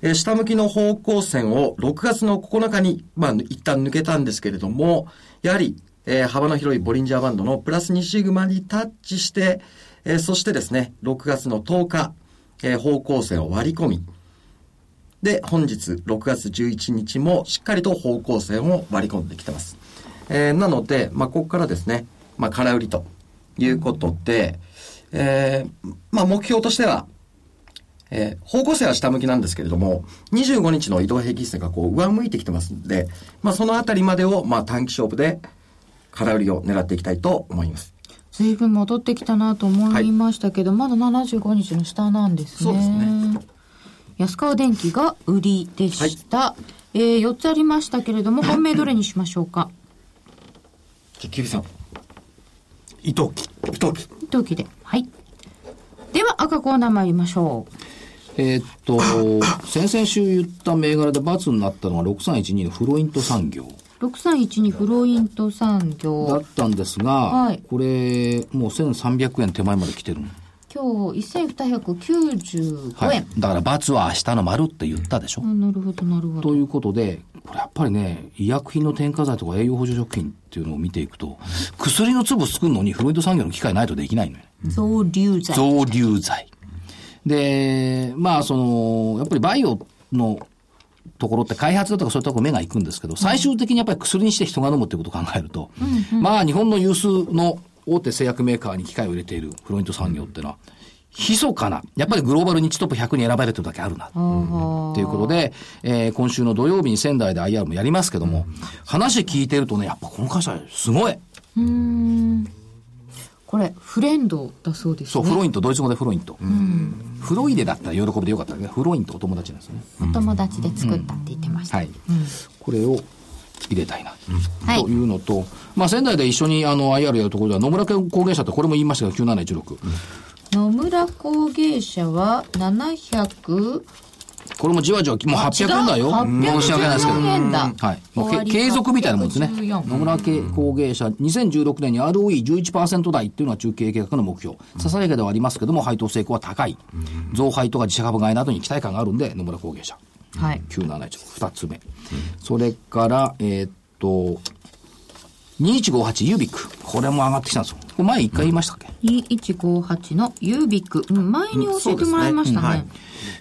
D: えー下向きの方向線を6月の9日に、まあ一旦抜けたんですけれども、やはり、えー幅の広いボリンジャーバンドのプラス2シグマにタッチして、えーそしてですね、6月の10日、えー方向線を割り込み、で、本日6月11日もしっかりと方向線を割り込んできてます。えーなので、まあ、ここからですね、まあ、空売りということで、えーまあ、目標としては、えー方向性は下向きなんですけれども、25日の移動平均線がこう上向いてきてますんで、まあ、そのあたりまでを、まあ、短期勝負で空売りを狙っていきたいと思います。
A: ずいぶん戻ってきたなと思いましたけど、まだ75日の下なんですね。
D: そうですね
A: 安川電機が売りでした。えー、4つありましたけれど も、本命どれにしましょうか。
D: じゃあ、キビさん。
C: 伊藤機。
D: 一つ。
A: 同期で。はい。では、赤コーナー参りましょう。
B: えーっと、先々週言った銘柄で×になったのが6312のフロイント産業
A: 6312フロイント産
B: だ
A: 業
B: っ。たんですが、
A: はい
B: これ、もう1300円手前まで来てる。
A: 今日1295円。
B: はい。だから×は明日の丸って言ったでしょ。
A: あなるほど、なるほど。
B: ということで、これやっぱりね、医薬品の添加剤とか栄養補助食品っていうのを見ていくと、薬の粒作るのにフロイント産業の機械ないとできないのよね。
A: 増流剤。
B: 増流剤。で、まあ、その、やっぱりバイオのところって開発だとかそういうところ目が行くんですけど、最終的にやっぱり薬にして人が飲むっていうことを考えると、まあ、日本の有数の大手製薬メーカーに機械を入れているフロイント産業っていうのは、密かな、やっぱりグローバルニッチトップ100に選ばれてるだけあるな。ということで、えー今週の土曜日に仙台で IR もやりますけども、話聞いてるとね、やっぱこの会社すごい。
A: これ、フレンドだそうです
B: そ
A: ね。
B: う、フロイント、ドイツ語でフロイント。フロイデだったら喜びでよかったね。フロイントお友達なんですね。
A: お友達で作ったって言ってました。
B: はい。これを入れたいな、
A: はい
B: というのと、まあ仙台で一緒にあの IR やるところでは野村家工芸社ってこれも言いましたけど、9716。
A: 野村工芸社は700
B: これもじわじわ、もう800円だよ。申し訳ないですけど。
A: 814円だ
B: はい。もう
A: 終わ
B: け
A: り
B: 継続みたいなもんですね。野
A: 814
B: 村家工芸社、2016年に ROE11% 台っていうのは中継計画の目標。ささやかではありますけども、配当成功は高い。増配とか自社株買いなどに期待感があるんで、野村工芸社。
A: はい
B: 9716、二つ目。それから、えーっと、2158ユービック。これも上がってきたんですよ。これ前一回言いましたっけ、
A: 2158のユービックうん前に教えてもらいましたね,、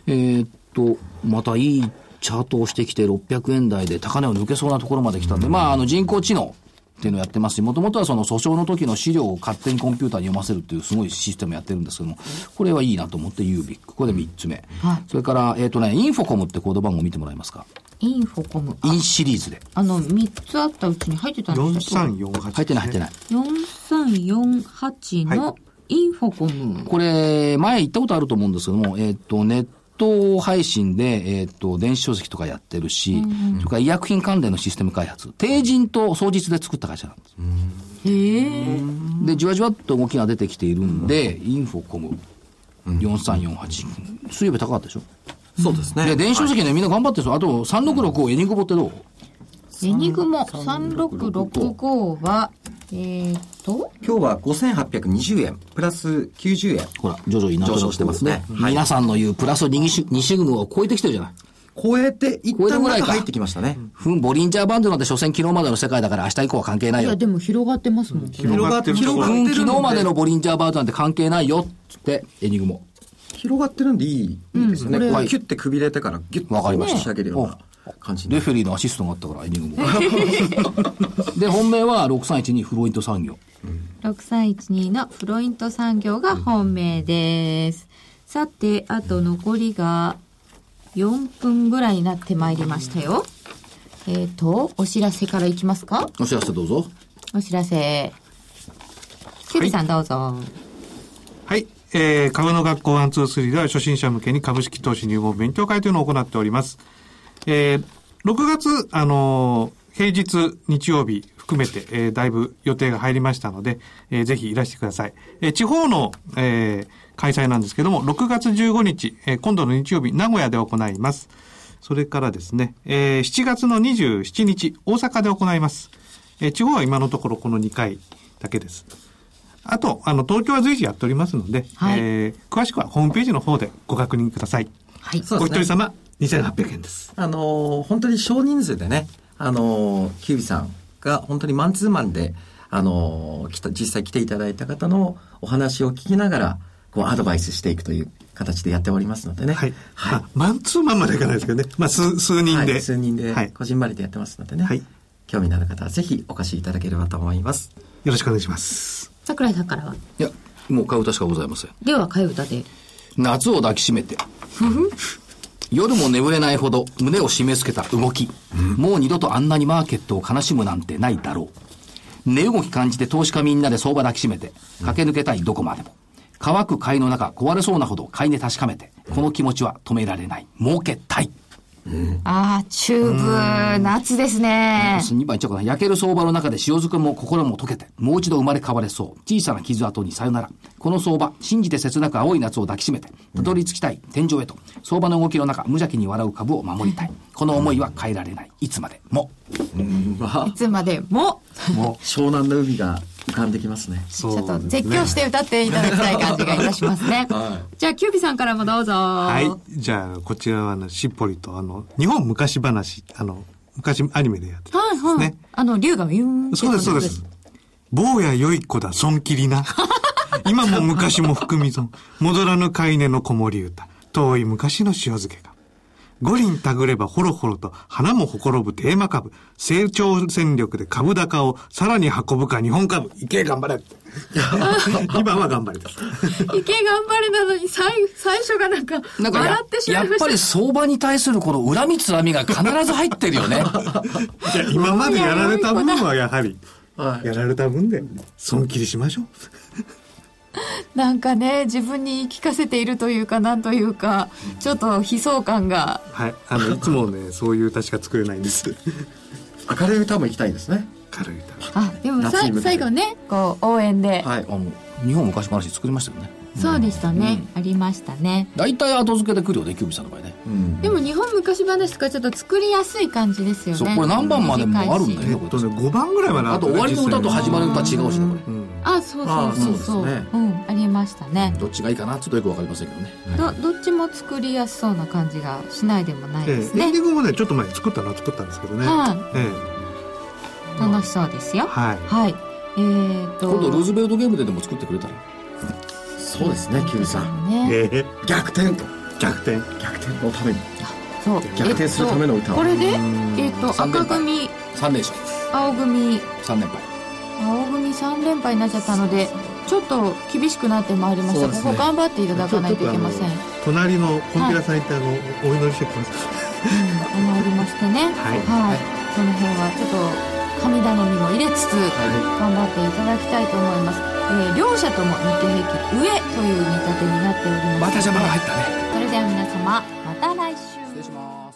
B: えーっと、またいいチャートをしてきて、600円台で高値を抜けそうなところまで来たんで、まあ、あの人工知能っていうのをやってますし、もともとはその訴訟の時の資料を勝手にコンピューターに読ませるっていうすごいシステムやってるんですけども、これはいいなと思って、ユービック。これで3つ目。
A: はい
B: それから、えーっとね、インフォコムってコード番号見てもらえますか。
A: インフォコム
B: インシリーズで。
A: あの3つあったうちに入ってたんですよ
C: 4348。
B: 入ってない入ってない。
A: 4348のインフォコム、
B: これ、前言ったことあると思うんですけども、えっ、と、ネット配信で、えっ、と、電子書籍とかやってるし、それから医薬品関連のシステム開発、定人と双日で作った会社なんです。
A: へえ
B: で、じわじわっと動きが出てきているんで、インフォコム。4348。水曜日高かったでしょ
D: そうですね
B: で、電子書籍ね、みんな頑張ってるんですよ。あと、366をエニグボってどう
A: ユニグモ3665はえー、っと
D: 今日は5820円、プラス90円。
B: ほら、徐々に
D: 上昇してますねはい
B: 皆さんの言うプラス2シシグムを超えてきてるじゃない。
D: 超えて、一
B: 超えて
D: 旦
B: ぐらい
D: 中
B: か
D: 入ってきましたね。
B: ふん、ボリンジャーバンドなんて、所詮昨日までの世界だから明日以降は関係ない
A: い
B: よ
A: や。でも広がってますもん
C: 広がってる
D: 広がっ
B: う
D: てる
B: ん
D: んで
B: 昨日までのボリンジャーバードなんて関係ないよっつってエニグモ
D: 広がってるんでいい、いいですよね。こうキュッてくびれてからギュッと
B: わかりました
D: 押し上げるような感じに
B: レフェリーのアシストがあったからエニグモ で本命は6312フロイント産業
A: 6312のフロイント産業が本命です。さて、あと残りが4分ぐらいになってまいりましたよ。えっ、と、お知らせからいきますか
B: お知らせどうぞ。
A: お知らせ。キュウリさんどうぞ。
C: はい。えー、株の学校123では初心者向けに株式投資入門勉強会というのを行っております。えー、6月、あのー平日、日曜日含めて、えー、だいぶ予定が入りましたので、えーぜひいらしてください。えー地方の、えー開催なんですけども、6月15日、えー今度の日曜日、名古屋で行います。それからですね、えー7月の27日、大阪で行います。えー地方は今のところこの2回だけです。あと、あの、東京は随時やっておりますので、
A: はい
C: えー詳しくはホームページの方でご確認ください。
A: はい。
D: そう
C: お
D: で
C: 一
D: すね
C: 人様、2800円です。
D: あのー本当に少人数でね、あのーキュウリさんが本当にマンツーマンで、あのー来た、実際来ていただいた方のお話を聞きながら、こう、アドバイスしていくという形でやっておりますのでね。
C: はい。
D: はい。
C: まあマンツーマンまでいかないですけどね。まあ、数、数人で。
D: はい数人で
C: はい、。
D: こじんまりとやってますのでね。
C: はい
D: 興味のある方はぜひお越しいただければと思います。
C: よろしくお願いします。
A: 桜井さんからは。
B: いや、もう買う歌しかございません。
A: では、替え歌で。
B: 夏を抱きしめて。夜も眠れないほど胸を締め付けた動き。もう二度とあんなにマーケットを悲しむなんてないだろう。値動き感じて投資家みんなで相場抱きしめて。駆け抜けたいどこまでも。乾く買いの中壊れそうなほど買い値確かめて。この気持ちは止められない。儲けたい。
A: ああ、チューブ、夏ですね。
B: 2番一応かな焼ける相場の中で塩漬けも心も溶けて、もう一度生まれ変われそう。小さな傷跡にさよなら。この相場、信じて切なく青い夏を抱きしめて、たどり着きたい、天井へと。相場の動きの中、無邪気に笑う株を守りたい。この思いは変えられない。いつまでも。
D: わ
A: いつまでも、
D: あ湘南の海が浮かんできますね。
A: ちょっと絶叫して歌っていただきたい感じがいたしますね。じゃあ、キュービさんからもどうぞ。
C: はい。じゃあ、こちらは、あの、しっぽりと、あの、日本昔話、あの、昔アニメでやってた。
A: はいはい。
C: ね
A: あの、竜がビューンって
C: そうです、そうで
A: 飛
C: す
A: ん。
C: 坊や良い子だ、損切り な。今も昔も含み損。戻らぬ飼い根の子守歌。遠い昔の塩漬けが。五輪たぐればほろほろと花もほころぶテーマ株。成長戦力で株高をさらに運ぶか日本株。いけ、頑張れ。 今は頑張れです。
A: で池頑張れなのに、最、最初がなんか、
B: なんか
A: 笑
B: や
A: ってしま
B: や
A: い
B: っ
A: ました。
B: ぱり相場に対するこの恨みつらみが必ず入ってるよ ね。
C: いや今までやられた分 はやはり、
D: はい
C: やられた分で損切りしましょう。
A: なんかね、自分に言い聞かせているというか、なんというか、ちょっと悲壮感が。
C: はい。あの、いつもね、そういう歌しか作れないんです。
D: 明るい歌も行きたいですね。
C: 軽い歌。
A: あ、でも
D: 夏
A: さ
D: に向けて
A: 最後ね、こう、応援で。
D: はい。
B: あの、日本昔話作りましたよね。
A: そうでしたね、ありましたね。
B: 大体後付けで来るよね、キュービさんの場合ね。
A: でも日本昔話とかちょっと作りやすい感じですよね。
B: そう、これ何番までもあるんだ
A: 短いし
B: よ、
C: えっ
B: ことれ
C: ね、5番ぐらいまで
B: あと終わりの歌と始まる歌違うしね、これ。
A: あ、そうそうそうそう。
D: あそうですね
A: うん、ありましたね。
B: どっちがいいかな、ちょっとよくわかりませんけどね。
A: ど、どっちも作りやすそうな感じがしないでもない
C: ええエ
A: で
C: ン
A: すね
C: ディ。ングもねちょっと前に作ったのは作ったんですけどね、
A: は
C: ええ
A: い、楽しそうですよ。
C: はい
A: はい。えーと。
B: 今度ルーズベルトゲームででも作ってくれたら。
D: そうですね、キュウリさん。
A: ね。
C: ええ
D: 逆転
C: 逆転
D: 逆転のために。
A: そう。
D: 逆転するための
A: え
D: 歌
A: っとこれで、えっと、
B: 三連
A: 赤
B: 敗
A: 組、
B: 3連勝
A: 青組、
B: 3連敗
A: 青組3連敗になっちゃったので、ちょっと厳しくなってまいりまし
D: そ
A: た。
D: うです
A: こ
D: ね
A: こ頑張っていただかないといけません。
C: ちょっとあの隣のコンピラさん行ってあの、お祈りしてきます
A: 思いましてね、はい
C: い
A: その辺はちょっと神頼みも入れつつ頑張っていただきたいと思います、えー両者とも日経平均上という見立てになっております
B: また邪魔が入ったね
A: それでは皆様また来週
B: 失礼します